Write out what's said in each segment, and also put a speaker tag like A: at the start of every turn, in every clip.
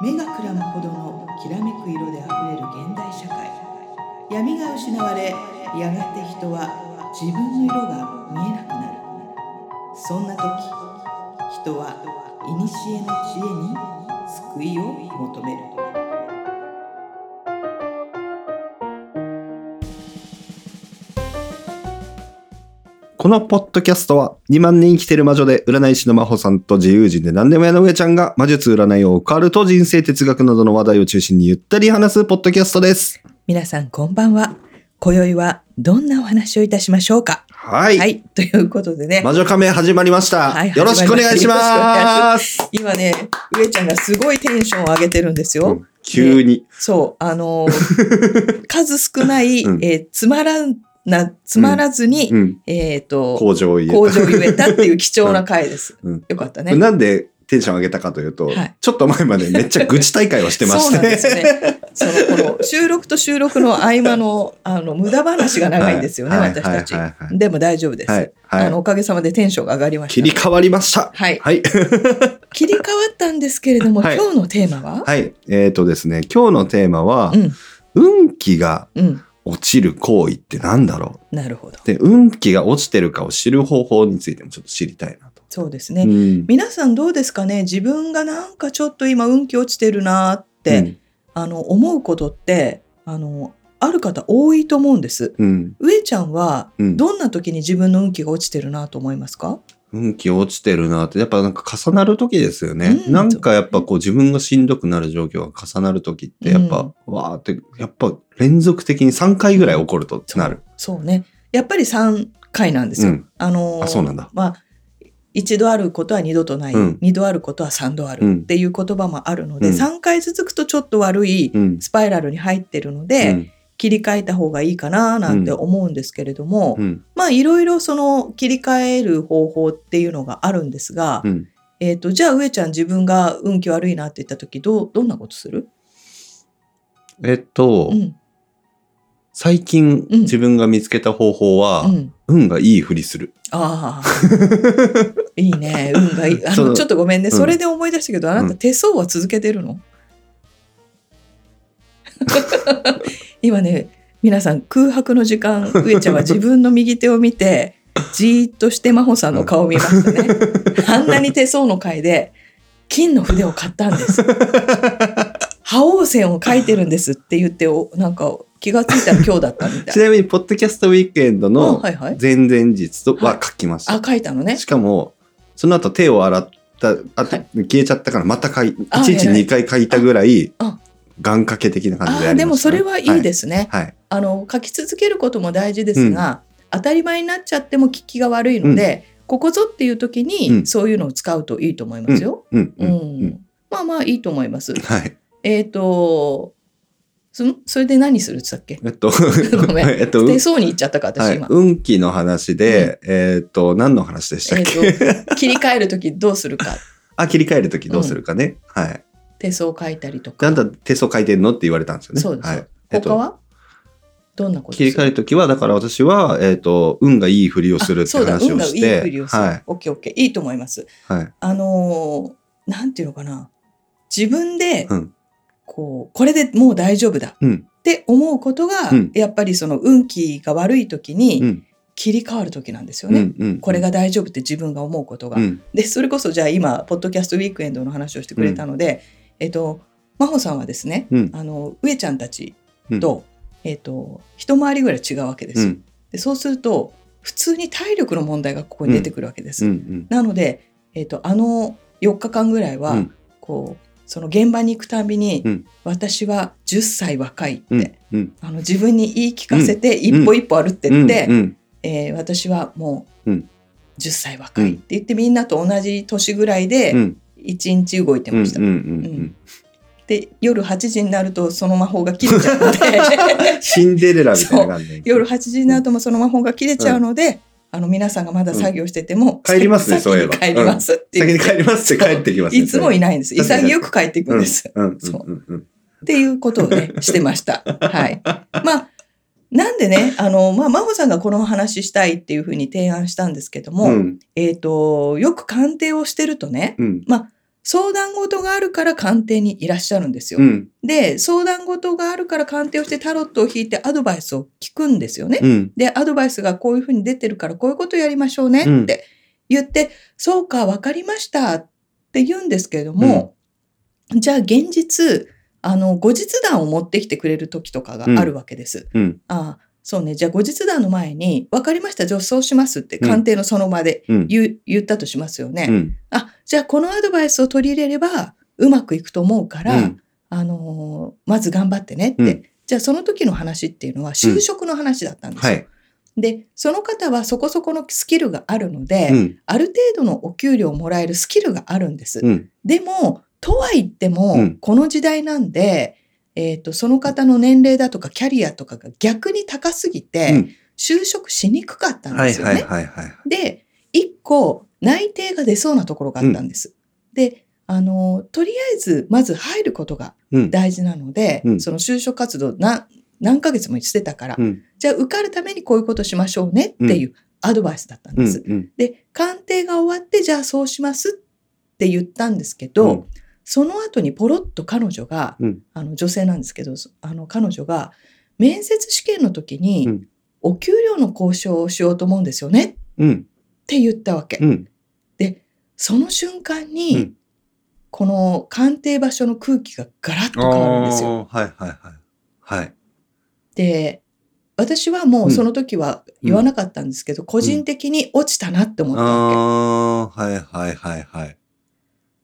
A: 目がくらむほどのきらめく色であふれる現代社会闇が失われやがて人は自分の色が見えなくなるそんな時人は古の知恵に救いを求める
B: このポッドキャストは2万人生きてる魔女で占い師の真帆さんと自由人で何でも屋の上ちゃんが魔術占いをオカルト人生哲学などの話題を中心にゆったり話すポッドキャストです。
A: 皆さんこんばんは今宵はどんなお話をいたしましょうか
B: は。
A: はいということでね
B: 魔女仮面始まりました。
A: はい
B: よろしくお願いします。
A: 今ね上ちゃんがすごいテンションを上げてるんですよ、
B: うん急に。
A: そう、あ のー数少ない、
B: うん
A: えーつまらんな、つまらずに、
B: うん。
A: えっ、と、
B: 工場を言え
A: 工場を言えたっていう貴重な回です。
B: うん
A: よかったね。
B: た。なんでテンション上げたかというと、
A: はい
B: ちょっと前までめっちゃ愚痴大会をしてま
A: そう
B: し
A: なんです
B: て。
A: よね。その、この収録と収録の合間の、あの、無駄話が長いんですよね、
B: はい
A: 私たち
B: はいはいは。い
A: でも大丈夫です、
B: はい。
A: あの、
B: はい。
A: おかげさまでテンションが上がりま
B: 切
A: し
B: り
A: た。
B: 替わりました。
A: はい。
B: はい。
A: 切り替わったんですけれども、
B: はい
A: 今日のテーマは、
B: はい。えっ、とですね、今日のテーマは、
A: うん、
B: 運気が
A: うん、
B: 落ちる行為ってなんだろ
A: なるほど
B: う。で運気が落ちてるかを知る方法についてもちょっと知りたいなと。
A: そうですね。
B: うん
A: 皆さんどうですかね自分がなんかちょっと今運気落ちてるなーって、
B: うん
A: あの思うことってあのある方多いと思うんです。
B: うん
A: 上ちゃんは
B: うん
A: どんな時に自分の運気が落ちてるなと思いますか、
B: 運気落ちてるなってやっぱなんか重なる時ですよね、
A: うん
B: なんかやっぱこう自分がしんどくなる状況が重なる時ってやっぱ、わーってやっぱ連続的に3回ぐらい起こるとなる。
A: そうねやっぱり3回なんですよ。
B: うん
A: あのー
B: あそうなんだ
A: まあ一度あることは二度とない、
B: うん
A: 二度あることは三度あ
B: う
A: る
B: ん
A: っていう言葉もあるので、
B: うん
A: 三回続くとちょっと悪い
B: うん
A: スパイラルに入ってるので、
B: うん
A: 切り替えた方がいいかななんて思うんですけれども、
B: うん
A: まあいろいろその切り替える方法っていうのがあるんですが、
B: うん
A: えっとじゃあ上ちゃん自分が運気悪いなって言った時どうどんなことする、
B: えっと、
A: うん
B: 最近
A: うん
B: 自分が見つけた方法は、
A: うん、
B: 運がいいふりする。
A: ああいいね運がいいあ
B: そ
A: の
B: う
A: ちょっとごめんね、
B: うん
A: それで思い出したけどあなた手相は続けてるの、 今ね皆さん空白の時間上ちゃんは自分の右手を見てじーっとして真帆さんの顔を見ました ね。あんなに手相の回で金の筆を買ったんです。覇王線を書いてるんですって言っておなんか気がついたら今日だったみた
B: ち
A: い
B: なみに、ポッドキャストウィークエンド
A: な。
B: の
A: はいはい。
B: 前々日とは書きました
A: あ。書いたのね
B: し。かも、その後手を洗った、あと
A: は
B: 消えちゃったから、また買い、
A: あ
B: 1日2回書いたぐらい
A: あ、
B: 願掛け的な感じで
A: あ
B: や
A: あ
B: りましたね。
A: でもそれはいいですすね。
B: はい。
A: あの書き続けることも大事ですが、当たり前になっちゃっても聞きが悪いので、ここぞっていう時
B: う
A: に
B: ん
A: そういうのを使うといいと思いますよ。
B: うん、
A: う
B: うんん。ん
A: まあまあいいと思います。
B: はい。
A: えっ、とそのそれで何するって言ったっけ
B: えっ と、
A: ごめん
B: えっと、
A: 手相に行っちゃったか私
B: はい
A: 今、
B: 運気の話で、えっと、何の話でしたっ
A: えっ、
B: け
A: と切り替える時どうするか
B: あ、切り替えるときどうするかね。はい。
A: 手相を書いたりと
B: であ
A: か
B: んた手相書いてんのって言われたんですよね。
A: そうです
B: はい。えっ
A: 他
B: と、
A: は、どんなこと
B: 切り替
A: え
B: えるときは、だから私は、えっと、運がいいふりをするって
A: そうだ
B: 話
A: 運
B: を
A: がい
B: し
A: いふ
B: て
A: りを、する、
B: はい。
A: オッケーオッケーいいと思います
B: はい。
A: あのーなんていうのかな自分で、
B: うん
A: こうこれでもう大丈夫だ
B: うん。
A: って思うことが、
B: うん
A: やっぱりその運気が悪い時
B: う
A: に
B: ん。
A: 切り替わる時なんですよ
B: うん
A: ね、
B: うん。
A: これが大丈夫って自分が思うことが、
B: うん、
A: でそれこそじゃあ今ポッドキャストウィークエンドの話をしてくれたので、えっと真帆さんはですね
B: うん。
A: あの上ちゃんたち
B: うん
A: と,、えっと一回りぐらい違うわけですよ、
B: うん
A: でそうすると普通に体力の問題がここに出てくるわけです、
B: うんうん
A: なので、えっとあの4日間ぐらいは、
B: うん
A: こうその現場に行くたびに、
B: うん
A: 私は10歳若いって、
B: うんうん
A: あの自分に言い聞かせて一歩一歩歩ってって、
B: うん
A: えー私はもう
B: うん
A: 10歳若いって言ってみんなと同じ年ぐらいで
B: うん
A: 1日動いて
B: うんうん
A: ました。
B: うん
A: う
B: うんん
A: で夜8時になるとその魔法が切れちゃうので
B: シンデレラみたいな感じ
A: 夜8時になるともその魔法が切れちゃうので、あの皆さんがまだ作業してても、
B: うん帰ります
A: 先
B: ね
A: に
B: そういえば
A: 帰りますって
B: 先
A: 言
B: に
A: って
B: 帰りますって帰ってきますね
A: いつもいないんです
B: 確かに
A: 潔く帰っていくんです、
B: うんうん
A: そう
B: うんうん
A: っていうことを ねしてました。はい、まあなんでねあの、まあ、真帆さんがこのお話ししたいっていうふうに提案したんですけども、
B: うん
A: えー、とよく鑑定をしてるとね
B: うん
A: 相談事があるから鑑定にいらっしゃるんですよ。
B: うん。
A: で、相談事があるから鑑定をしてタロットを引いてアドバイスを聞くんですよね。
B: うん。
A: で、アドバイスがこういうふうに出てるからこういうことやりましょうね
B: うん
A: って言って、そうか、わかりましたって言うんですけれども、じゃあ現実、あの、後日談を持ってきてくれる時とかがあるわけです。
B: うん。
A: ああ、そうね。じゃあ後日談の前に、わかりました、じゃあそうしますって鑑定のその場で
B: うん。
A: 言,、う言ったとしますよね。
B: うん。
A: あ、じゃあこのアドバイスを取り入れればうまくいくと思うから、
B: うん
A: あのーまず頑張ってねって、
B: うん
A: じゃあその時の話っていうのは就職の話だったんですよ。
B: はい。
A: でその方はそこそこのスキルがあるので、
B: うん。
A: ある程度のお給料をもらえるスキルがあるんです。
B: うん。
A: でもとは言っても、
B: うん
A: この時代なんで、えー、とその方の年齢だとかキャリアとかが逆に高すぎて、
B: うん
A: 就職しにくかったん
B: は
A: で
B: い
A: すよね。
B: はいはいはい。
A: で、一個内定が出そうなところがあったんです。で、あの、とりあえず、まず入ることが
B: うん。
A: 大事なので、
B: うん
A: その就職活動何、何ヶ月もしてたから、
B: うん。
A: じゃあ受かるためにこういうことしましょうねっていうアドバイスだったん
B: う
A: で
B: ん。
A: す。
B: うん。
A: で、鑑定が終わって、じゃあそうしますって言ったんですけど、その後にポロッと彼女が、
B: うん
A: あの女性なんですけど、そあの彼女が、面接試験の時に、
B: うん
A: お給料の交渉をしようと思うんですよねっ
B: うん。
A: て言ったわけ。
B: うん。
A: その瞬間に、
B: うん
A: この鑑定場所の空気がガラッと変わるんですよ。
B: あーはいはいはい。はい。
A: で私はもうその時は言わなかったんですけど、個人的に落ちたなって思ったわけ。
B: ああー、はいはいはいはい。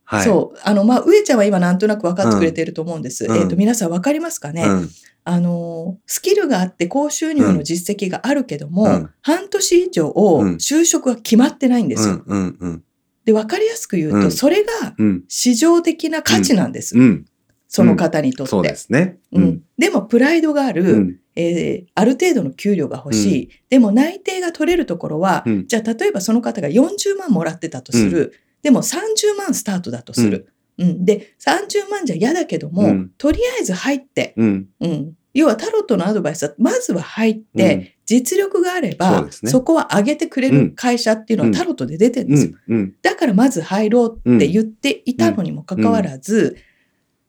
B: はい。
A: そう。あの、まあ、上ちゃんは今なんとなく分かってくれてると思うんです。
B: うん
A: えっ、と、皆さん分かりますかね、
B: うん。
A: あの、スキルがあって高収入の実績があるけども、
B: うん
A: 半年以上
B: うん
A: 就職は決まってないんです
B: う
A: よ。
B: んうんうん。
A: で、分かりやすく言うと、
B: うん
A: それが
B: うん。
A: 市場的な価値なんです。
B: うん。
A: その方にとって。
B: そうですね。
A: うん。、でもプライドがある、
B: うん。
A: えーある程度の給料が欲しい、でも内定が取れるところは、
B: うん
A: じゃあ例えばその方が40万もらってたとする、でも30万スタートだとする、うんで30万じゃ嫌だけども、
B: うん
A: とりあえず入って、
B: うん。
A: うん、要はタロットのアドバイスはまずは入って、
B: うん
A: 実力があれ
B: そ
A: ば
B: う
A: そ,、
B: ですね
A: こは上げてくれ
B: うん
A: る会社っていうの
B: うん
A: はタロットで出てるんで
B: う
A: すよ、
B: ん。うん。
A: だからまず入ろうって言っていたのにもかかわらず、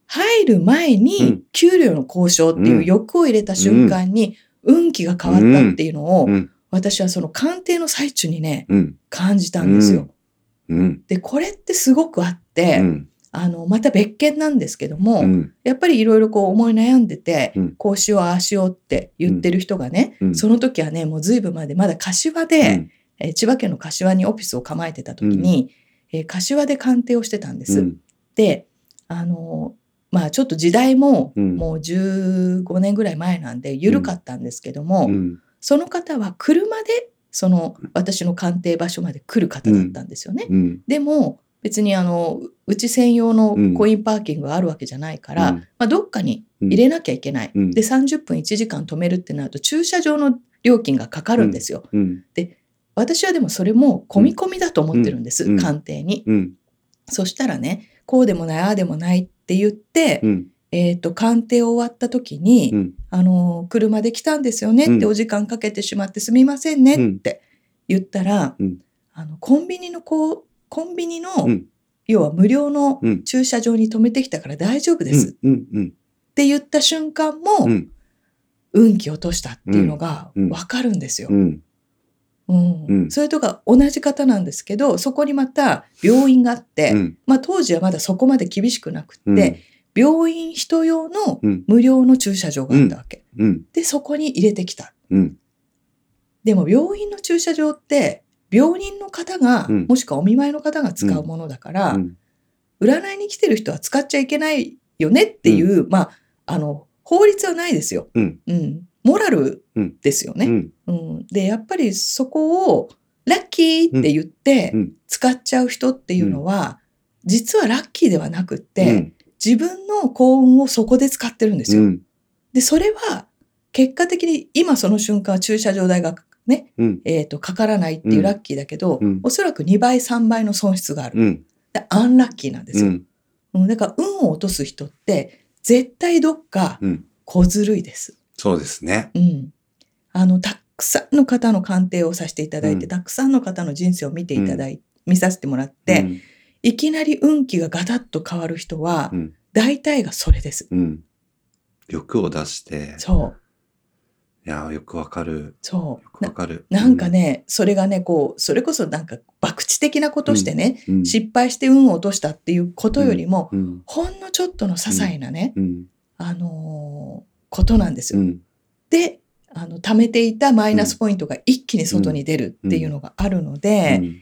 A: 入る前
B: うん
A: に給料の交渉っていう欲を入れた瞬間に運気が変わったっていうのを、
B: うん
A: 私はその鑑定の最中にね、
B: うん。
A: 感じたんですよ。
B: うん。
A: で、これってすごくあって、
B: うん。
A: あの、また別件なんですけども、
B: うん。
A: やっぱりいろいろこう思い悩んでて、
B: うん
A: こうしよう、ああしようって言ってる人がね、
B: うん
A: その時はね、もう随分まで、まだ柏で、えー千葉県の柏にオフィスを構えてた時に、えー柏で鑑定をしてたんです。
B: うん
A: で、あのーまあちょっと時代も、
B: うん
A: もう15年ぐらい前なんで緩かったんですけども、
B: うん。
A: その方は車でその私の鑑定場所まで来る方だったんですよね。
B: うん。
A: でも別にあのううち専用のコインパーキングがあるわけじゃないから、
B: うん
A: まあ、どっかに入れなきゃいけない、
B: うん
A: で30分1時間止めるってなると駐車場の料金がかかるんですよ。
B: うん。
A: 私はでもそれも込み込みだと思ってるんです、
B: うん
A: 鑑定に。
B: うん。
A: そしたらねこうでもないああでもないって言って、
B: うん。
A: えー、と鑑定終わった時に、
B: うん。
A: あの車で来たんですよねっ
B: うん
A: てお時間かけてしまってすみませんね
B: うん
A: って言ったら、
B: うん
A: あのコンビニのこうコンビニの、
B: うん
A: 要は無料の
B: うん
A: 駐車場に止めてきたから大丈夫ですっ
B: うん。うん。
A: て言った瞬間も、
B: うん
A: 運気落としたっていうのが
B: うん
A: わかるんですよ。
B: うん。
A: うん
B: うん
A: それとか同じ方なんですけどそこにまた病院があって、
B: うん。
A: まあ、当時はまだそこまで厳しくなくって、病院人用の
B: うん
A: 無料の駐車場があったわけ、
B: うん。
A: でそこに入れてきた
B: うん。
A: でも病院の駐車場って病人の方が、
B: うん
A: もしくはお見舞いの方が使うものだから、
B: うん。
A: 占いに来てる人は使っちゃいけないよねっていう、まああの法律はないですよ、
B: うん
A: モラルですよね、
B: うん。
A: うん、でやっぱりそこをラッキーって言って
B: うんうん
A: 使っちゃう人っていうのは、実はラッキーではなくって、自分の幸運をそこで使ってるんです
B: う
A: よ。
B: ん。
A: でそれは結果的に今その瞬間は駐車場代がね、
B: うん
A: えー、とかからないっていうラッキーだけど、
B: うん
A: おそらく2倍3倍の損失がある、
B: うん。
A: でアンラッキーなんです
B: う
A: よ、
B: ん。
A: うん、だから運を落とす人って絶対どっか
B: うん。
A: 小ずるいです。
B: そうですね。
A: うん、あのたくさんの方の鑑定をさせていただいて、
B: うん
A: たくさんの方の人生を見ていただい見させてもらって、いきなり運気がガタッと変わる人は、
B: うん
A: 大体がそれです。
B: うん。欲を出して。
A: そう、
B: いやー、よくわかる。
A: そ
B: よ
A: う。
B: くわ
A: な
B: かる。
A: なんかね、それがね、こう、それこそなんか、博打的なことしてね、
B: うん、うん、
A: 失敗して運を落としたっていうことよりも、
B: うん。
A: ほんのちょっとの些細なね、
B: うん。
A: あのーことなんです
B: う
A: よ。
B: ん。
A: で、あの、溜めていたマイナスポイントが一気に外に出るっていうのがあるので、
B: うん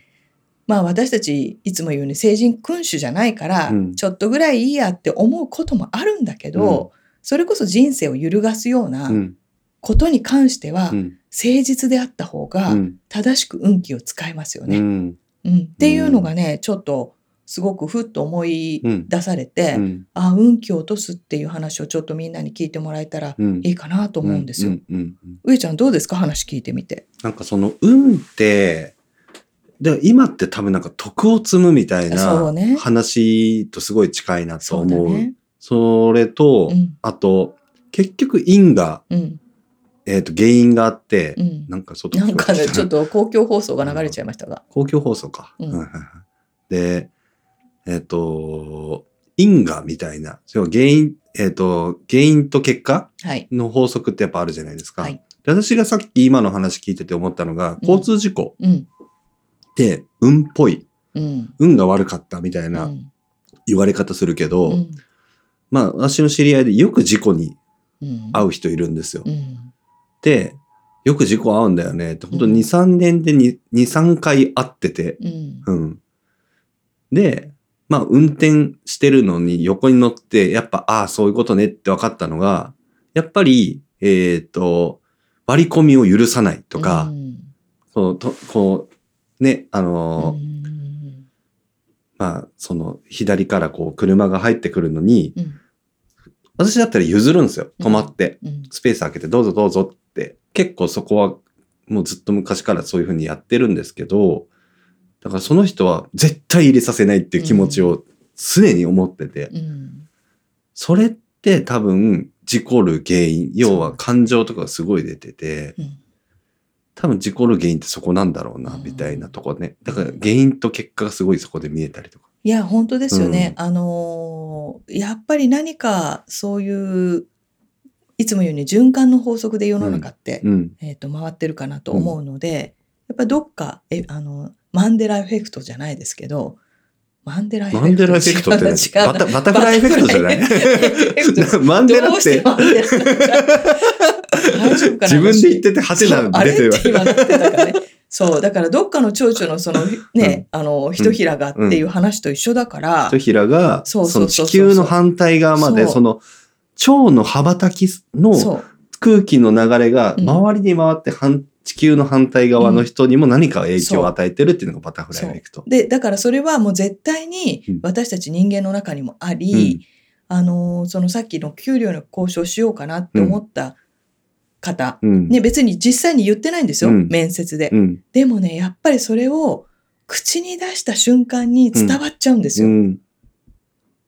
A: まあ私たちいつも言うように成人君主じゃないから、
B: うん
A: ちょっとぐらいいいやって思うこともあるんだけど、それこそ人生を揺るがすような
B: うん。
A: ことに関しては、
B: うん。
A: 誠実であった方が
B: うん
A: 正しく運気を使えますよ
B: う
A: ね。
B: ん。
A: うんっていうのがねちょっとすごくふっと思い出されて、
B: うん。
A: あ運気を落とすっていう話をちょっとみんなに聞いてもらえたら
B: うん。
A: いいかなと思うんですよ。
B: うん。うん。うん
A: 上ちゃんどうですか話聞いてみて。
B: なんかその運って、で今って多分なんか徳を積むみたい
A: そう
B: な
A: ね
B: 話とすごい近いなと
A: そうだ
B: 思う。そ
A: ね。
B: れと、
A: うん
B: あと、結局因が、
A: うん
B: えっ、と、原因があって、
A: うん
B: なんか外
A: なんかね、ちょっ
B: と。
A: と公共放送が流れちゃいましたが。
B: 公共放送か。
A: うん
B: はいはいはいで、えっ、と、因果みたいな、それは原因、えっ、と、原因と結果
A: はい。
B: の法則ってやっぱあるじゃないですか。
A: はい
B: で私がさっき今の話聞いてて思ったのが、
A: うん
B: 交通事故
A: うん。
B: って運っぽい、
A: うん。
B: 運が悪かったみたい
A: うん
B: な言われ方するけど、
A: うん。
B: まあ私の知り合いでよく事故に
A: うん。
B: 遭う人いるんですよ。
A: うん。
B: で、よく事故合うんだよねって、本当
A: うん
B: に2、3年で2、3回会ってて、
A: うん。
B: うん。で、まあ運転してるのに横に乗って、やっぱ、ああ、そういうことねって分かったのが、やっぱり、えっ、と、割り込みを許さないとか、
A: うん
B: こう、とこう、ね、あのー
A: うん
B: まあ、その、左からこう、車が入ってくるのに、
A: うん
B: 私だったら譲るんですよ。止まって、
A: うん
B: スペース開けて、どうぞどうぞって。結構そこは、もうずっと昔からそういうふうにやってるんですけど、だからその人は絶対入れさせないっていう気持ちを常に思ってて、
A: うん
B: それって多分、事故る原因、要は感情とかがすごい出てて、
A: うん
B: 多分事故る原因ってそこなんだろうな、
A: うん
B: みたいなとこね。だから原因と結果がすごいそこで見えたりとか。
A: いや、本当ですよね。
B: う
A: あのーやっぱり何かそういう、いつも言うように循環の法則で世の中って、
B: うん。
A: えっ、と、回ってるかなと思うので、やっぱどっか、え、あの、マンデラエフェクトじゃないですけど、マンデラエフェク
B: マ
A: ト。
B: ンデラエフェクトって
A: 違うな
B: ね
A: 違う
B: バ
A: な
B: タバタフライエフェクトじゃない
A: バタフライエフェクトです
B: な マンデラ
A: どう
B: っ
A: して
B: て
A: マンデラになっちゃう大丈夫かな
B: 自分で言っててハテ
A: そう
B: ナ出てるわけ。
A: あれって今なってたからね。そう、だからどっかの蝶々のそのね、あの、ひとひらがっていう話と一緒だから、
B: ひらが、
A: そうそう
B: そ
A: そ
B: の
A: うそう
B: 地球の反対側まで、
A: そう
B: その蝶の羽ばたきの
A: そう。
B: 空気の流れが
A: うん
B: 周りに回って反地球の反対側の人にも何か影響を与えてるっていうのがバタフライエフェクト。
A: で、だからそれはもう絶対に
B: うん
A: 私たち人間の中にもあ
B: う
A: り、
B: ん
A: あの、そのさっきの給料の交渉しようかなって思った方、
B: うん
A: ね、別に実際に言ってないんですよ、
B: うん
A: 面接で、
B: うん
A: でもね、やっぱりそれを口に出した瞬間に伝わっちゃうんです
B: う
A: よ。
B: ん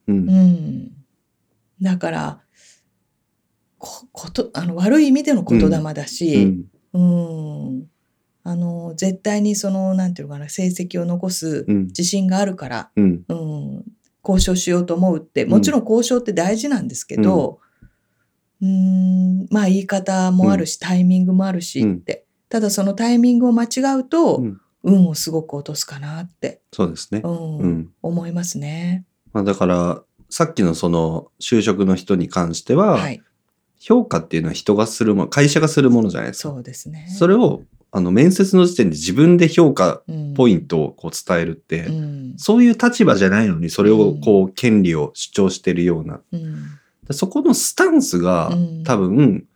B: う
A: う
B: ん
A: ん。だから、こことあの悪い意味での言霊だし、うん、あの絶対にそのなんていうのかな成績を残す
B: うん
A: 自信があるから、
B: うん
A: うん、交渉しようと思うってもちろん交渉って大事なんですけど、うん、まあ言い方もあるし、タイミングもあるしって、ただそのタイミングを間違うと、
B: うん
A: 運をすごく落とすかなって、
B: そうですね
A: う。ん
B: うん
A: 思いますね。
B: まあだから、さっきのその就職の人に関しては、
A: はい、
B: 評価っていうのは人がするもの、会社がするものじゃないですか。
A: そうですね。
B: それを、あの、面接の時点で自分で評価ポイントをこう伝えるって、
A: うん
B: そういう立場じゃないのに、それをこう、権利を主張してるような、
A: うん
B: でそこのスタンスが、
A: うん
B: 多分、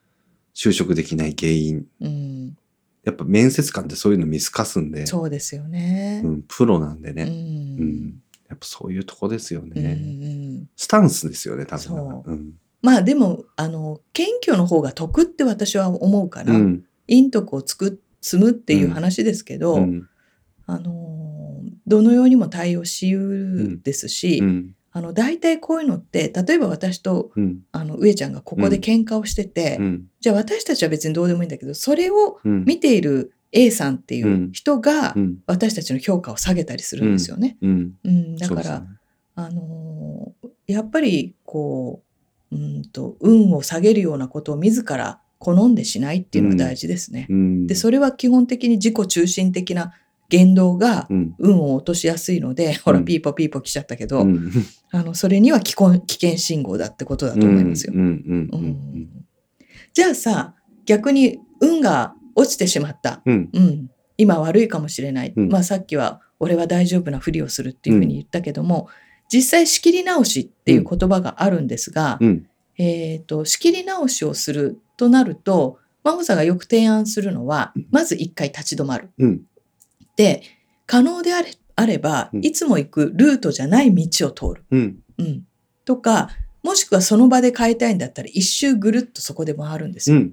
B: 就職できない原因。
A: うん、
B: やっぱ面接官ってそういうの見透かすんで、
A: そうですよね。
B: うん、プロなんで
A: う
B: ね、
A: ん
B: うんやっぱそういうとこですよ
A: うんう
B: ね。
A: ん
B: スタンスですよね、多分。
A: そ
B: うん。
A: まあでもあの謙虚の方が得って私は思うから、
B: うん。
A: 陰徳をつく積むっていう話ですけど、
B: うん。
A: あのどのようにも対応しうるですし、
B: うん。
A: あの大体こういうのって例えば私と
B: うん。
A: あの上ちゃんがここで喧嘩をしてて、
B: うん。
A: じゃあ私たちは別にどうでもいいんだけどそれを
B: うん。
A: 見ている A さんっていう人が
B: うん
A: 私たちの評価を下げたりするんですよね。
B: うん
A: うん、だから、
B: そうですね
A: あのーやっぱりこううんと運を下げるようなことを自ら好んでしないっていうのが大事ですね。
B: うん
A: でそれは基本的に自己中心的な言動が
B: うん
A: 運を落としやすいので、ほら
B: うん
A: ピーポピーポ来ちゃったけど、
B: うん
A: あのそれには危険危険信号だってことだと思いますよ。
B: うんうんう
A: うん
B: ん
A: じゃあさ逆に運が落ちてしまった、
B: うんうん
A: うん、今悪いかもしれない、
B: うん
A: まあ、さっきは「俺は大丈夫なふりをする」っていうふうに言ったけども、実際仕切り直しっていう言葉があるんですが、
B: うん
A: えー、と仕切り直しをするとなると真帆さんがよく提案するのはまず一回立ち止まる。
B: うん
A: で可能であれあれば
B: うん
A: いつも行くルートじゃない道を通る。
B: うん
A: うん、とかもしくはその場で変えたいんだったら一周ぐるっとそこで回るんです
B: う
A: よ。
B: ん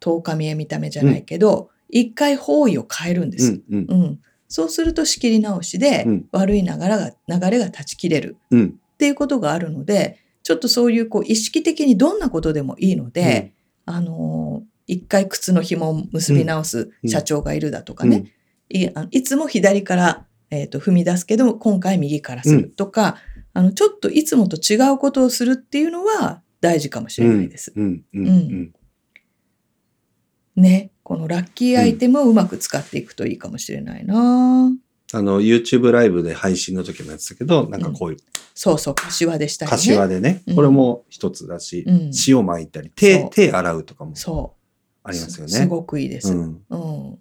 A: 十日見え見た目じゃないけど、一回方位を変えるんで
B: う
A: す。
B: んうん
A: うんそうすると仕切り直しで、
B: うん
A: 悪い流れが流れが断ち切れる
B: うん
A: っていうことがあるのでちょっとそういうこう意識的にどんなことでもいいので、あのー一回靴の紐を結び直す
B: うん
A: 社長がいるだとかね、いあのいつも左から、えーと踏み出すけど今回右からするとか、あのちょっといつもと違うことをするっていうのは大事かもしれないです。
B: うんうん
A: ね、このラッキーアイテムをうまく使っていくといいかもしれないな。
B: あの YouTube ライブで配信の時もやってたけどなんかこういう
A: そうそう、柏でしたりね。
B: 柏でね
A: うん
B: これも一つだし
A: うん
B: 塩巻いたり手
A: そう
B: 手洗うとかも
A: そう。
B: ありますよね
A: すすごくいいです。
B: う
A: うん。
B: ん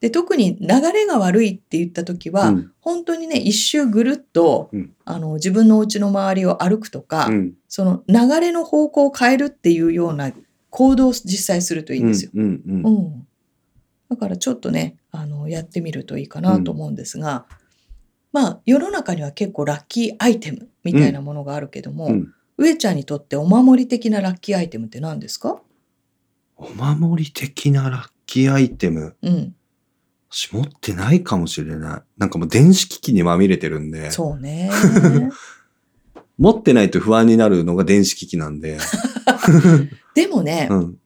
A: で、特に流れが悪いって言った時は、
B: うん
A: 本当にね、一周ぐるっと、
B: うん
A: あの自分のお家の周りを歩くとか、
B: うん
A: その流れの方向を変えるっていうような行動を実際するといいんですよ。
B: うんうん
A: う
B: うん
A: ん。だからちょっとね、あのやってみるといいかなと思うんですが、まあ世の中には結構ラッキーアイテムみたいなものがあるけども、
B: うん
A: 上ちゃんにとってお守り的なラッキーアイテムって何ですか？
B: お守り的なラッキーアイテム
A: うん、
B: 私持ってないかもしれないなんかもう電子機器にまみれてるんで
A: そう ね。
B: 持ってないと不安になるのが電子機器なんで
A: でもね、
B: うん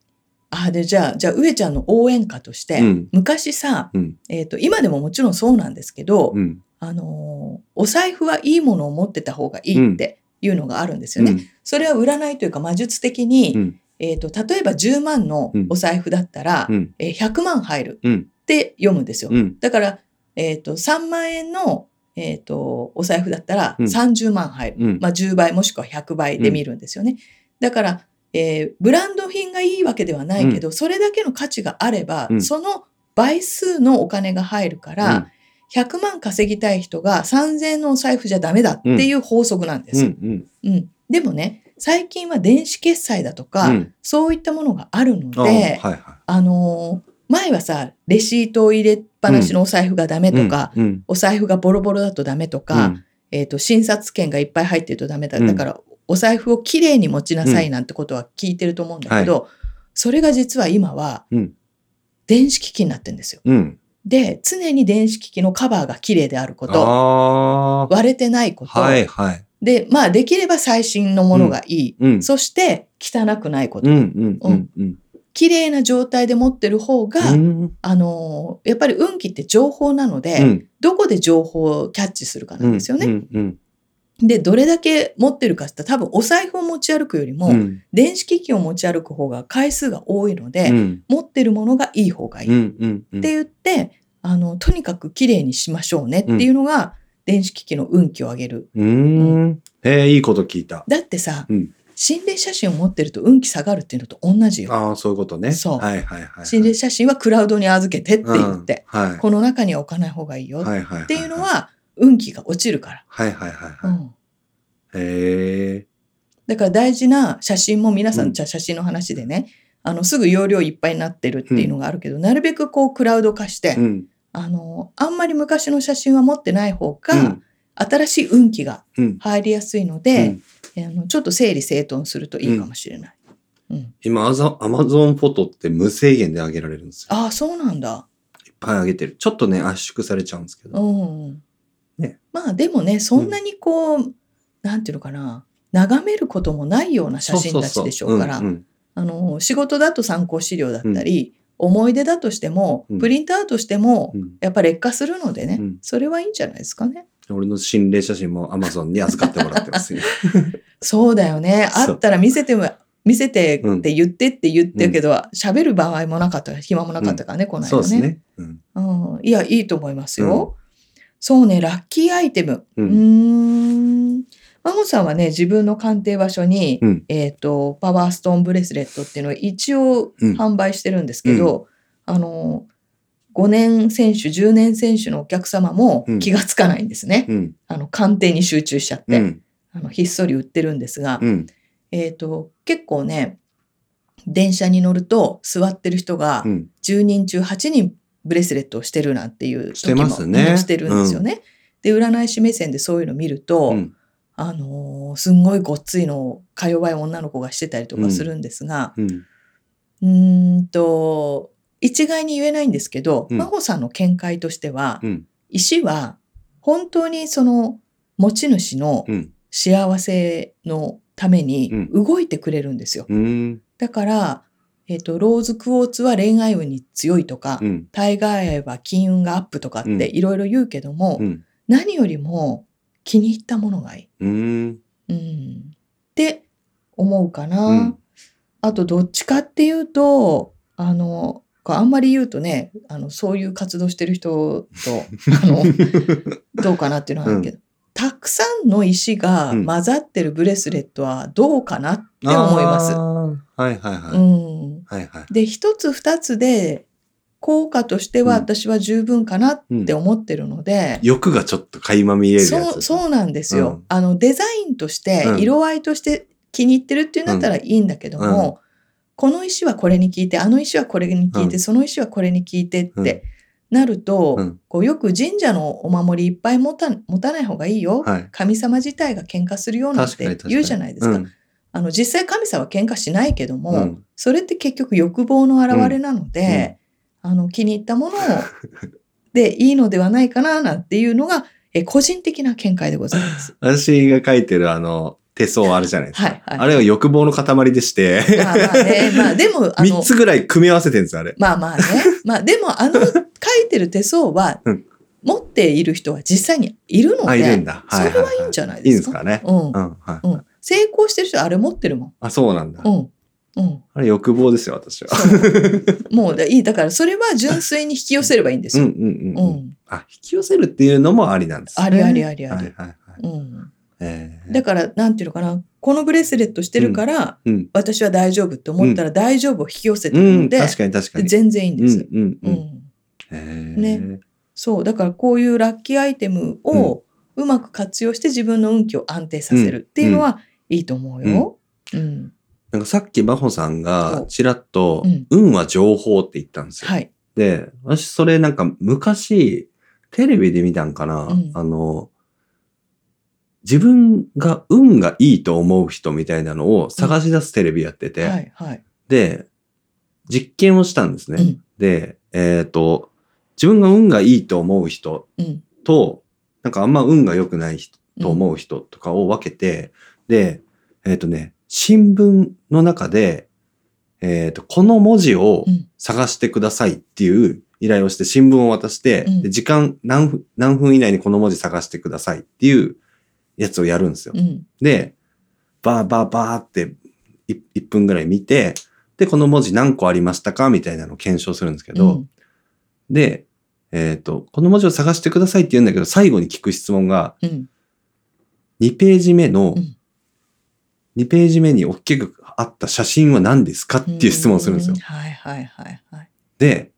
A: あでじゃあじゃあ上ちゃんの応援歌として、
B: うん
A: 昔さ、
B: うん
A: えー、と今でももちろんそうなんですけど、
B: うん
A: あのーお財布はいいものを持ってた方がいいっていうのがあるんですよね。それは占いというか魔術的に、
B: うん
A: えー、と例えば10万のお財布だったら、
B: うん
A: えー100万入る
B: うん
A: って読むんですよ。
B: うん
A: だから、えー、と3万円の、えー、とお財布だったら
B: うん
A: 30万入る。
B: うん
A: まあ、10倍もしくは100倍で見るんですよね。だから、えーブランド品がいいわけではないけど、それだけの価値があれば、
B: うん
A: その倍数のお金が入るから、100万稼ぎたい人が3000円のお財布じゃダメだっていう法則なんで
B: うん
A: す
B: う
A: よ。
B: ん
A: うんでもね最近は電子決済だとか、
B: うん
A: そういったものがあるの
B: あ
A: で
B: ー
A: あ、
B: はいは
A: のー前はさレシートを入れっぱなしのお財布がダメ
B: い
A: とか、
B: うんうん
A: お財布がボロボロだとダメとか、えー、と診察券がいっぱい入ってるとダメだ
B: うん
A: だからお財布をきれいに持ちなさいなんてことは聞いてると思うんだけど、それが実は今は
B: うん
A: 電子機器になってるんですよ。
B: うんうん
A: で常に電子機器のカバーがきれいであること
B: ああ
A: 割れてないこと、
B: はいはい
A: でまあできれば最新のものがいい、
B: うん
A: そして汚くないこ
B: う
A: と、
B: んうんうんうん
A: きれいな状態で持ってる方が、
B: うん
A: あのーやっぱり運気って情報なので、
B: うん
A: どこで情報をキャッチするかなんですよね。
B: うんうん
A: で、どれだけ持ってるかって言ったら多分お財布を持ち歩くよりも、
B: うん
A: 電子機器を持ち歩く方が回数が多いので、
B: うん
A: 持ってるものがいい方がいい、
B: う
A: っ
B: んうんうん
A: て言って、あの、とにかく綺麗にしましょうねっていうのが、電子機器の運気を上げる。
B: うーんえーいいこと聞いた
A: だってさ、
B: うん
A: 心霊写真を持ってると運気下がるっていうのと同じよ。
B: ああそういうことね
A: そう
B: はいはいはいはい
A: 心霊写真はクラウドに預けてって言って、
B: うんはい
A: この中には置かない方がいいよっ
B: はいはいはい
A: ていうのは、運気が落ちるから。
B: はいはいはいは
A: う
B: い
A: ん
B: へえ
A: だから大事な写真も皆さ
B: うん
A: ん、じゃあ写真の話でね、あのすぐ容量いっぱいになってるっていうのがあるけど、なるべくこうクラウド化して、
B: うん
A: あの、あんまり昔の写真は持ってない方が、
B: うん
A: 新しい運気が
B: うん
A: 入りやすいの
B: う
A: で
B: ん、
A: えあのちょっと整理整頓するといいかもしれない。うん
B: 今アザアマゾンフォトって無制限で上げられるんですよ
A: ああ、そうなんだ。
B: いっぱい上げてるちょっとね圧縮されちゃうんですけ
A: う
B: ど
A: んうん。
B: ね
A: まあでもね、そんなにこう、なんていうのかな、眺めることもないような写真たちでしょうから
B: そ、そそんん
A: あの仕事だと参考資料だったり、思い出だとしても、
B: うん
A: プリントアウトしても、
B: うん
A: やっぱ劣化するのでね、
B: うん
A: それはいいんじゃないですかね。
B: 俺の心霊写真も Amazon に預かってもらっ てますよ。
A: そうだよね。あ
B: そう
A: ったら見せても、見せて
B: うん
A: って言ってって言ってるけど、喋、る場合もなかった、暇もなかったからね、この間ね
B: そうですね。うん。
A: うん。いや、いいと思いますよ。そうね、ラッキーアイテム。
B: う
A: うんーん。真帆さんはね、自分の鑑定場所に、
B: うん
A: えっ、と、パワーストーンブレスレットっていうのを一応
B: うん
A: 販売してるんですけど、あの、5年選手、10年選手のお客様も
B: うん
A: 気がつかないんですね。
B: うん。
A: あの、鑑定に集中しちゃって、
B: うん。
A: あのひっそり売ってるんですが、
B: うん。
A: えっ、と、結構ね、電車に乗ると座ってる人が
B: うん。
A: 10人中8人ブレスレットをしてるなんていう
B: して
A: 時
B: ま
A: も
B: すね
A: うんしてるんですよね。で占い師目線でそういうの見ると、
B: うん。
A: あのーすんごいごっついのをか弱い女の子がしてたりとかするんですが、
B: うん。
A: うーんと一概に言えないんですけど、
B: うん
A: 真帆さんの見解としては、
B: うん
A: 石は本当にその持ち主の
B: うん。
A: 幸せのために
B: う
A: 動いてくれるんですよ。
B: うん。
A: だから、えっとローズクォーツは恋愛運に強いとか、
B: うん。
A: タイガーエは金運がアップとかっ
B: うん
A: ていろいろ言うけども、
B: うん。
A: 何よりも気に入ったものがい
B: うん。
A: い、うん、って思うかな、
B: うん
A: あとどっちかっていうとあのこうあんまり言うとねあのそういう活動してる人とあ のどうかなっていうのはあるけど、たくさんの石が
B: うん
A: 混ざってるブレスレットはどうかなって思います。
B: あーはいはいはい。
A: うん、
B: はいはい。
A: で一つ二つで効果としては
B: うん
A: 私は十分かなって思ってるので、
B: 欲がちょっと垣間見えるや
A: そう
B: つ。
A: そうなんです
B: う
A: よ
B: ん、
A: あのデザインとして
B: うん
A: 色合いとして気に入ってるっていうんだったらいいんだけども、
B: うん
A: この石はこれに聞いてあの石はこれに聞いて、
B: うん
A: その石はこれに聞いてってなると、
B: うん
A: こうよく神社のお守りいっぱい持た持たない方がいいよ、
B: はい
A: 神様自体が喧嘩するようなん
B: 確かに
A: て
B: 確かに。
A: 言うじゃないですか。
B: うん
A: あの実際神様は喧嘩しないけども、
B: うん
A: それって結局欲望の表れなので、あの気に入ったものを でいいのではないかななんていうのがえ個人的な見解でございます。
B: 私が書いてるあの、手相あるじゃないですか。
A: はいはい
B: あれは欲望の塊でして、
A: まあまあね、まあ でもあ
B: 3
A: の
B: つぐらい組み合わせてるんです、あれ。
A: まあまあね、まあでもあの書いてる手相は、
B: うん
A: 持っている人は実際にいるので、
B: あ、いるんだ。
A: それはいいんじゃない
B: いいん
A: で
B: ですす
A: か。
B: かね。
A: うん
B: うん、は
A: う
B: い。
A: ん、成功してる人はあれ持ってるもん。
B: あ、そうなんだ
A: う。んうん、
B: あれ欲望ですよ、私は。
A: そうもうだいいだからそれは純粋に引き寄せればいいんです
B: うんう
A: よ。
B: ん
A: う、
B: うんんうん。あ、引き寄せるっていうのもありなんですね。
A: ありありありあ
B: はい
A: り。
B: はいはい。
A: うん、
B: えー
A: だからなんていうのかなこのブレスレットしてるから、
B: うん
A: 私は大丈夫って思ったら大丈夫を引き寄せて
B: う
A: るの
B: ん、
A: で、
B: 確かに確かに。
A: 全然いいん
B: う
A: です。
B: んうん
A: う
B: うんん。えー
A: ね。そうだからこういうラッキーアイテムをうまく活用して自分の運気を安定させるっていうのはいいと思うよ。うん
B: なんかさっき真帆さんが
A: そう
B: ちらっと
A: うん、
B: 運は情報って言ったんですよ。
A: はい。
B: で、私それなんか昔、テレビで見たんかな、
A: うん
B: あの、自分が運がいいと思う人みたいなのを探し出すテレビやってて、
A: はいはい。
B: で、実験をしたんですね。
A: うん
B: で、えっ、と、自分が運がいいと思う人
A: うん
B: と、なんかあんま運が良くない人と
A: う
B: 思う人とかを分けて、で、えっ、とね、新聞の中で、えっ、と、この文字を
A: うん
B: 探してくださいっていう依頼をして、新聞を渡して、
A: うん
B: で時間何分、何分以内にこの文字探してくださいっていうやつをやるんですよ。
A: ん
B: で、バーバーバーってい1分ぐらい見て、で、この文字何個ありましたかみたいなのを検証するんですけど、
A: うん
B: で、えっ、と、この文字を探してくださいって言うんだけど、最後に聞く質問が、
A: うん
B: 2ページ目の、
A: うん
B: 2ページ目に大きくあった写真は何ですかっていう質問をするんですよ
A: う。はいはいはいはい。
B: で、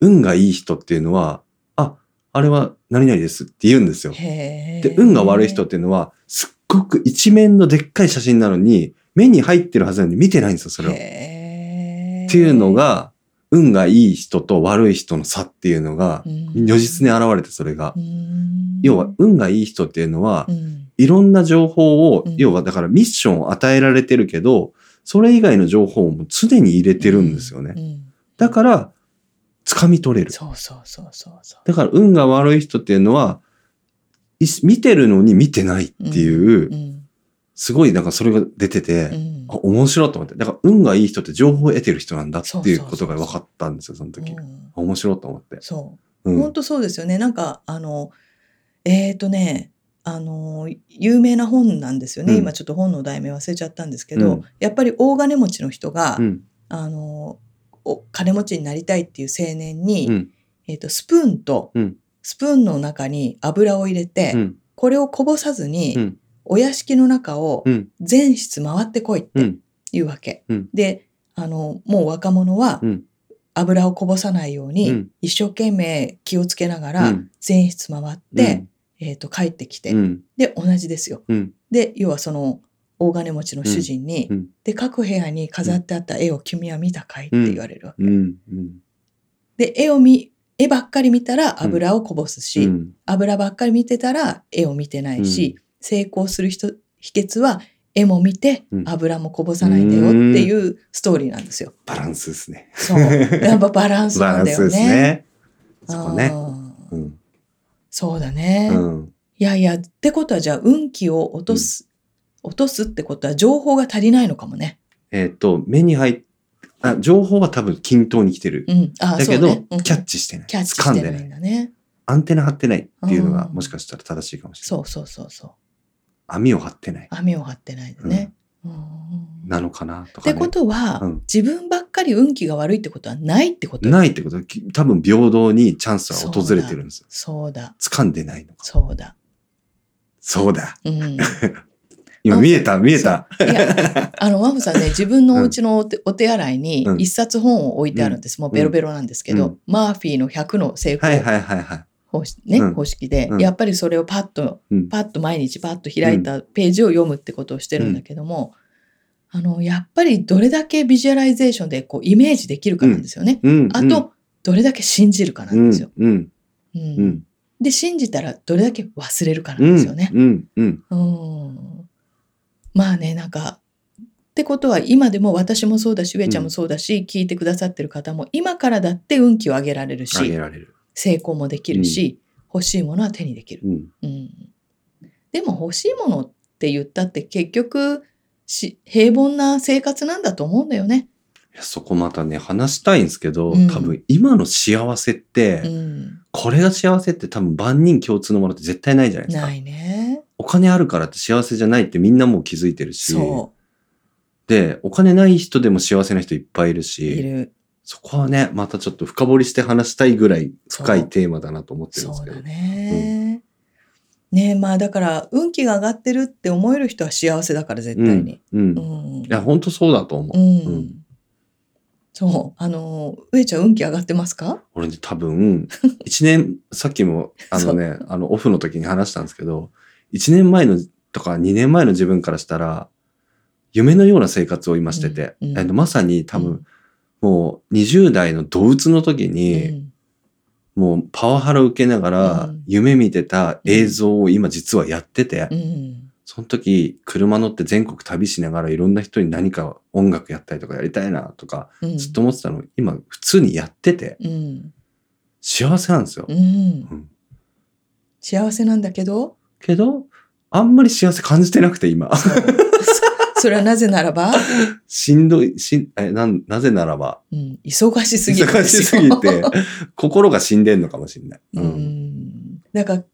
B: 運がいい人っていうのは、あ、あれは何々ですって言うんですよ。
A: へえ。
B: で、運が悪い人っていうのは、すっごく一面のでっかい写真なのに、目に入ってるはずなのに見てないんですよ、それを。っ
A: へー
B: ていうの、が、運がいい人と悪い人の差っていうのが、如実に現れてそれが
A: う。ん
B: 要は、、運がいい人っていうのは
A: う、ん
B: いろんな情報を
A: うん、
B: 要はだからミッションを与えられてるけど、それ以外の情報も常に入れてるんですよ
A: う
B: ね。
A: ん
B: だから、掴み取れる。
A: そうそうそうそうそう。
B: だから、運が悪い人っていうのは、い見てるのに見てないっていう
A: う、ん
B: すごいなんかそれが出てて、
A: うん、
B: あ面白いと思って。だから運がいい人って情報を得てる人なんだっていうことが分かったんですよ、その時。
A: うん
B: あ面白いと思って。
A: そうう。本
B: ん。
A: 当そうですよね。なんか、あの、えっ、とね、あの、有名な本なんですよね。
B: うん
A: 今ちょっと本の題名忘れちゃったんですけど、
B: うん
A: やっぱり大金持ちの人が、
B: うん。
A: あの、お金持ちになりたいっていう青年に、
B: うん。
A: えっ、と、スプーンと、
B: うん
A: スプーンの中に油を入れて、
B: うん。
A: これをこぼさずに、
B: うん
A: お屋敷の中を
B: うん。
A: 全室回ってこいっ
B: う
A: て
B: ん。
A: いうわけ。
B: うん
A: であのもう若者は
B: うん
A: 油をこぼさないよう
B: う
A: に
B: ん
A: 一生懸命気をつけなが
B: う
A: ら
B: ん
A: 全室回って、えー、と帰ってきて、
B: うん。
A: で同じですよ。
B: うん。
A: で要はその大金持ちの主人に、
B: うんうん
A: で各部屋に飾ってあった絵を君は見たかいって言われるわけ。
B: うん。うん。
A: で絵を見絵ばっかり見たら油をこぼすし、
B: うん。
A: 油ばっかり見てたら絵を見てないし、成功する人秘訣は絵も見て
B: うん
A: 油もこぼさないんだよっていうストーリーなんですよ。
B: バランスですね。
A: そう。やっぱバランスな
B: バラ
A: ん
B: ン
A: だ
B: ス
A: よ
B: です
A: ね。
B: ね。そこね。
A: うん
B: うん。
A: そうだね。
B: うん。
A: いやいや、ってことはじゃあ運気を落とす、落とすってことは情報が足りないのかもね。
B: えっ、と、目に入っあ、情報は多分均等に来てる。
A: うん。ああ、
B: だけ
A: そう
B: ど
A: ね、うん
B: キャッチしてない。
A: キャッチ
B: 掴
A: し
B: ん
A: て
B: で
A: な
B: ない
A: ん
B: い。
A: だね。
B: アンテナ張ってないっていうのが、
A: うん
B: もしかしたら正しいかもしれない。
A: そうそうそうそう。
B: 網を張ってない。
A: 網を張ってないでね。うん
B: なのかなと
A: っ
B: か、ね。
A: てことは、
B: うん
A: 自分ばっかり運気が悪いってことはないってことよ
B: ないってことはき多分平等にチャンスは訪れてるんですよ。
A: そうだ、
B: 掴んでないのか。
A: そうだ。
B: そうだ。
A: うん。い
B: 今
A: あ
B: 見えた、見えた。
A: や、あの、ワムさんね、自分のお家のお手,、お手洗いに
B: うん
A: 一冊本を置いてあるんです。もうベロベロなんですけど、
B: うん
A: マーフィーの100の成功
B: はいはいはいはい。
A: 方式,、ね
B: うん
A: 方式で、
B: うん
A: やっぱりそれをパッと、
B: うん
A: パッと毎日パッと開いたページを読むってことをしてるんだけども、あの、やっぱりどれだけビジュアライゼーションでこうイメージできるかなんですよね。
B: うん。
A: あと、どれだけ信じるかな
B: うん、
A: んですよ。
B: うん。
A: うん
B: うん。
A: で信じたらどれだけ忘れるかな
B: うんん。
A: ですよね。
B: うん。うん。
A: うんまあねなんかってことは今でも私もそうだし上ちゃんもそうだし、聞いてくださってる方も今からだって運気を上げられる
B: あげ
A: し
B: られる。
A: 成功もできるし、欲しいものは手にできる。
B: うん。
A: うん、でも欲しいものって言ったって結局し平凡な生活なんだと思うんだよね。
B: いやそこまたね、話したいんですけど、
A: うん
B: 多分今の幸せって、
A: うん、
B: これが幸せって多分万人共通のものって絶対ないじゃないですか
A: な。いね。
B: お金あるからって幸せじゃないってみんなもう気づいてるし、
A: そ
B: で、お金ない人でも幸せな人いっぱいいる
A: う
B: し、
A: いる。
B: そこはね、またちょっと深掘りして話したいぐらい深いテーマだなと思ってるんで
A: そ
B: す
A: う
B: けど。
A: だね。ねまあだから運気が上がってるって思える人は幸せだから絶対に。
B: うん。うん。
A: う
B: い
A: ん。
B: や、本当そうだと思う。
A: うん
B: うん
A: そう。あの、上ちゃん運気上がってますか
B: 俺ね、多分、一年、さっきも、あのね、あの、オフの時に話したんですけど、一年前のとか二年前の自分からしたら、夢のような生活を今してて、
A: うんうん
B: えっとまさに多分、もう20代のドウツの時
A: う
B: に、
A: ん
B: もうパワハラ受けながら
A: うん
B: 夢見てた映像を今実はやってて、
A: うん。
B: その時車乗って全国旅しながらいろんな人に何か音楽やったりとかやりたいなとか
A: うん。
B: ずっと思ってたの、今普通にやってて
A: うん。
B: 幸せなんですよ。
A: うん。
B: うん
A: 幸せなんだけ ど、
B: けど、あんまり幸せ感じてなくて今。
A: それはなぜならば、
B: しんどい、しえなんなぜならば、
A: うん、忙しすぎるん
B: 忙
A: で
B: し
A: す
B: す
A: よ
B: ぎて、心が死んでんのかもしれない。
A: う
B: うん
A: ん。だから、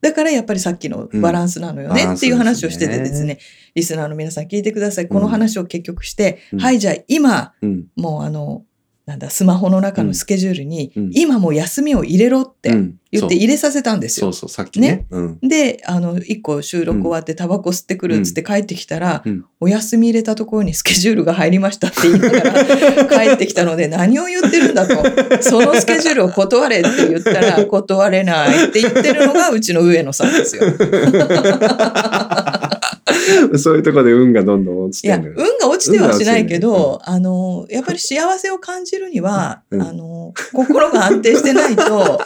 A: だからやっぱりさっきのバランスなのよね
B: うん
A: っていう話をしてて
B: バラン
A: で
B: スですす
A: ね
B: ね、
A: リスナーの皆さん聞いてください。
B: うん
A: この話を結局して、
B: うん
A: はい、じゃあ今、
B: うん
A: もうあの、なんだ、スマホの中のスケジュールに、
B: うんうん
A: 今もう休みを入れろっ
B: う
A: て
B: ん
A: 言って入れさせたんです
B: そ
A: よ。
B: うそうそう、さっきね。
A: ね
B: うん
A: で、あの、一個収録終わってタバコ吸ってくるっつって帰ってきたら、
B: うん
A: お休み入れたところにスケジュールが入りましたって言いなが ら帰ってきたので何を言ってるんだと。そのスケジュールを断れって言ったら断れないって言ってるのがうちの上野さんですよ。
B: そういうところで運がどんどん落
A: い
B: ちて
A: や、
B: る
A: 運が落ちてはしないけ
B: 運が
A: ど、あの、やっぱり幸せを感じるには、
B: うん
A: あの、心が安定してないと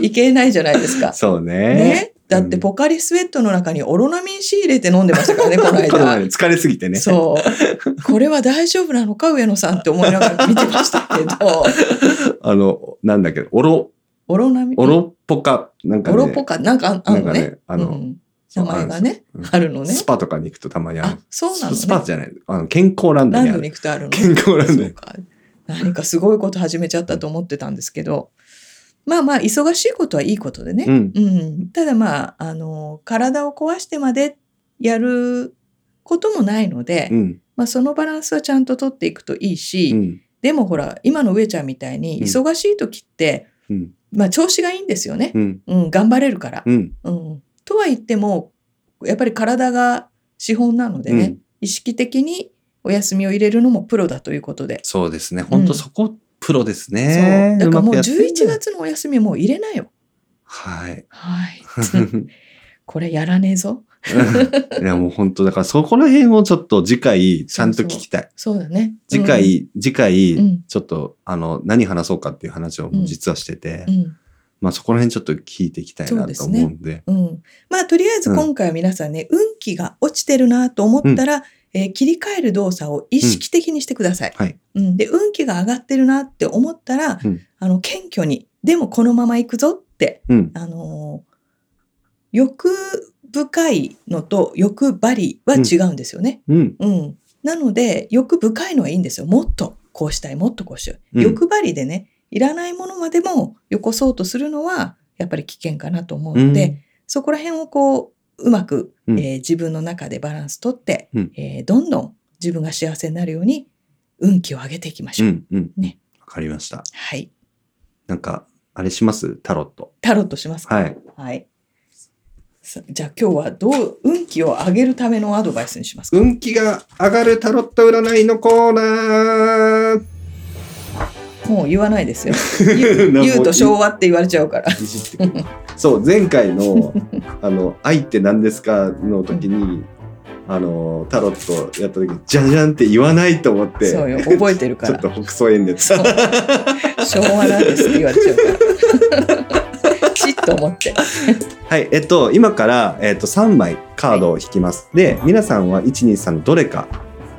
A: いけないじゃないですか。
B: そう ね。
A: ね。だってポカリスエットの中にオロナミン C 入れて飲んでましたからね、この
B: この
A: 間
B: 前。疲れすぎてね。
A: そう。これは大丈夫なのか、上野さんって思いながら見てましたけ ど、
B: あの、なんだっけ、オロ、
A: オロナミン。
B: オロポカ、なんか
A: オ
B: ね。
A: ロポカ、なんかああ
B: な
A: の
B: んか
A: ね。
B: ね、あの、
A: うん名前がね
B: うん
A: あるのね
B: スパとかに行くとたまにあ
A: あ
B: る。
A: そうなのね
B: スパじゃない。あの健康ランド
A: ラ
B: に
A: ン
B: あ
A: ド
B: る。
A: に行くとあるの
B: 健康ランド
A: そうか何かすごいこと始めちゃったと思ってたんですけどまあまあ忙しいことはいいことでね、
B: うん。
A: うん、ただまああの体を壊してまでやることもないので、
B: うん。
A: まあ、そのバランスはちゃんと取っていくといいし、
B: うん。
A: でもほら今の上ちゃんみたいに
B: うん
A: 忙しい時って、
B: うん。
A: まあ、調子がいいんですよね、
B: うん。
A: うん、頑張れるから。
B: うん。
A: うん、とは言ってもやっぱり体が資本なのでね、
B: うん
A: 意識的にお休みを入れるのもプロだということで。
B: そうですね。本当そこ、プロです
A: そう
B: ね。
A: だからもう
B: まくやってん
A: 11
B: だ。
A: 月のお休みもう入れなよ。
B: はい。
A: はい。これやらねえぞ。
B: いやもう本当だからそこら辺をちょっと次回ちゃんと聞きたい。
A: そうだね。
B: 次回、次回、
A: うん
B: ちょっとあの何話そうかっていう話をもう実はしてて、
A: うん、うん
B: まあそこら辺ちょっと聞いていきたい
A: そ
B: な
A: うです
B: と
A: ね
B: 思うんで。
A: うん、まあとりあえず今回は皆さんね、運気が落ちてるなと思ったら、えー切り替える動作を意識的にしてください。
B: はい。
A: うん、で運気が上がってるなって思ったら、
B: うん
A: あの謙虚にでもこのまま行くぞって、
B: うん。
A: あのー欲深いのと欲張りは違うんですよね。
B: うん。
A: うんなので欲深いのはいいんですよ。もっとこうしたいもっとこうしよう。
B: うん
A: 欲張りでねいらないものまでもよこそうとするのはやっぱり危険かなと思う
B: う
A: の
B: ん
A: で。そこら辺をこう、うまく、
B: うん
A: えー自分の中でバランスとって、
B: うん
A: えーどんどん自分が幸せになるように運気を上げていきまし
B: う
A: ょう。
B: ん。うん。
A: ね
B: わかりました。
A: はい。
B: なんか、あれしますタロット。
A: タロットしますか
B: はい。
A: はい。さじゃあ今日はどう、運気を上げるためのアドバイスにしますか、
B: 運気が上がるタロット占いのコーナー
A: もう言わないですよ。 言う言うと昭和って言われちゃうから。
B: いじってくるそう前回 の「あの愛って何ですか?」の時に、あのタロットやった時に「じゃじゃん」って言わないと思って
A: そう よ、覚えてるか
B: ちょっ
A: ら。
B: と北総演説
A: そう昭和なんですって言われちゃうから。ピシッと思って。
B: はいえっと今から、えっと、3枚カードを引きます、で皆さんは123のどれか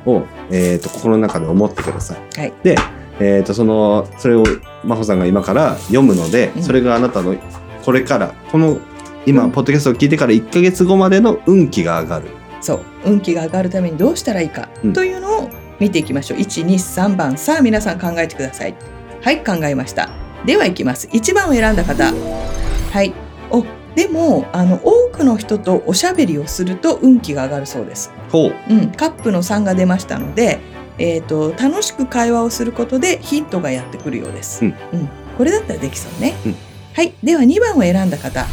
B: を、えっと心の中で思ってください、
A: はい
B: で、えっとそのそれを真帆さんが今から読むので、
A: うん
B: それがあなたのこれからこの今、
A: うん
B: ポッドキャストを聞いてから1か月後までの運気が上がる
A: そう運気が上がるためにどうしたらいいか
B: うん
A: というのを見ていきましょう、123番さあ皆さん考えてくださいはい考えましたではいきます1番を選んだ方はいおでもあの多くの人とおしゃべりをすると運気が上がるそうです、
B: ほう
A: うん、カップの3が出ましたので、えー、と楽しく会話をすることでヒントがやってくるようです、
B: うん
A: これだったらできそうね、
B: うん
A: はいでは2番を選んだ方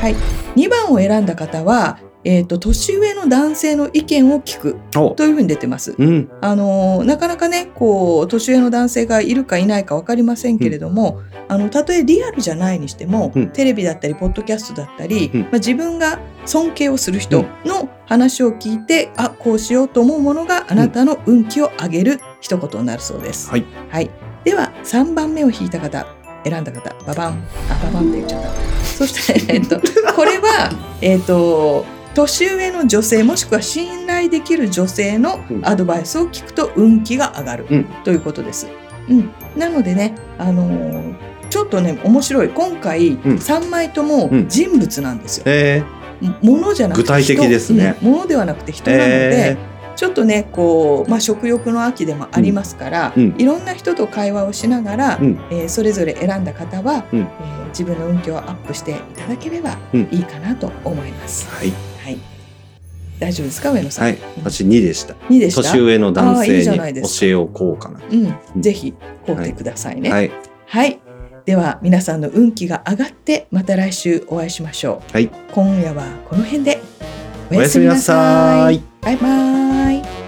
A: はい2番を選んだ方は、えー、と年上の男性の意見を聞く
B: ほ
A: というふうに出てます
B: ううん
A: あのーなかなかねこう年上の男性がいるかいないか分かりませんけれども、あのたとえリアルじゃないにしても、
B: うん
A: テレビだったりポッドキャストだったり、
B: うん
A: まあ、自分が尊敬をする人の話を聞いて、あこうしようと思うものがあなたの運気を上げる一言になるそうです。
B: はい、
A: はい、では3番目を引いた方選んだ方ババンあババンって言っちゃったそしてえっとこれはえっと年上の女性もしくは信頼できる女性の
B: うん
A: アドバイスを聞くと運気が上がる
B: うん
A: ということです。うん、なのでね、あのーちょっとね面白い今回
B: ん
A: 3枚とも
B: うん
A: 人物なんですよ。
B: え
A: ものじゃなくて
B: 具体的
A: 人
B: ですね
A: うんものではなくて人なので、
B: え
A: ちょっとねこう、まあ、食欲の秋でもありますから、
B: うんうん
A: いろんな人と会話をしながら、
B: うん
A: えーそれぞれ選んだ方は、
B: うん
A: えー自分の運気をアップしていただければ
B: うん
A: いいかなと思います。
B: はい、
A: はい、大丈夫ですか上野さん、
B: はい、私2でした
A: いいでした
B: 年上の男
A: あーいい
B: 性
A: じゃ
B: に
A: ないですか
B: 教えをこうかな
A: うん、ぜひ買うてくださいね。
B: はい
A: はい。では皆さんの運気が上がってまた来週お会いしましょう。
B: はい
A: 今夜はこの辺で
B: おやすみなさい
A: バイバイ。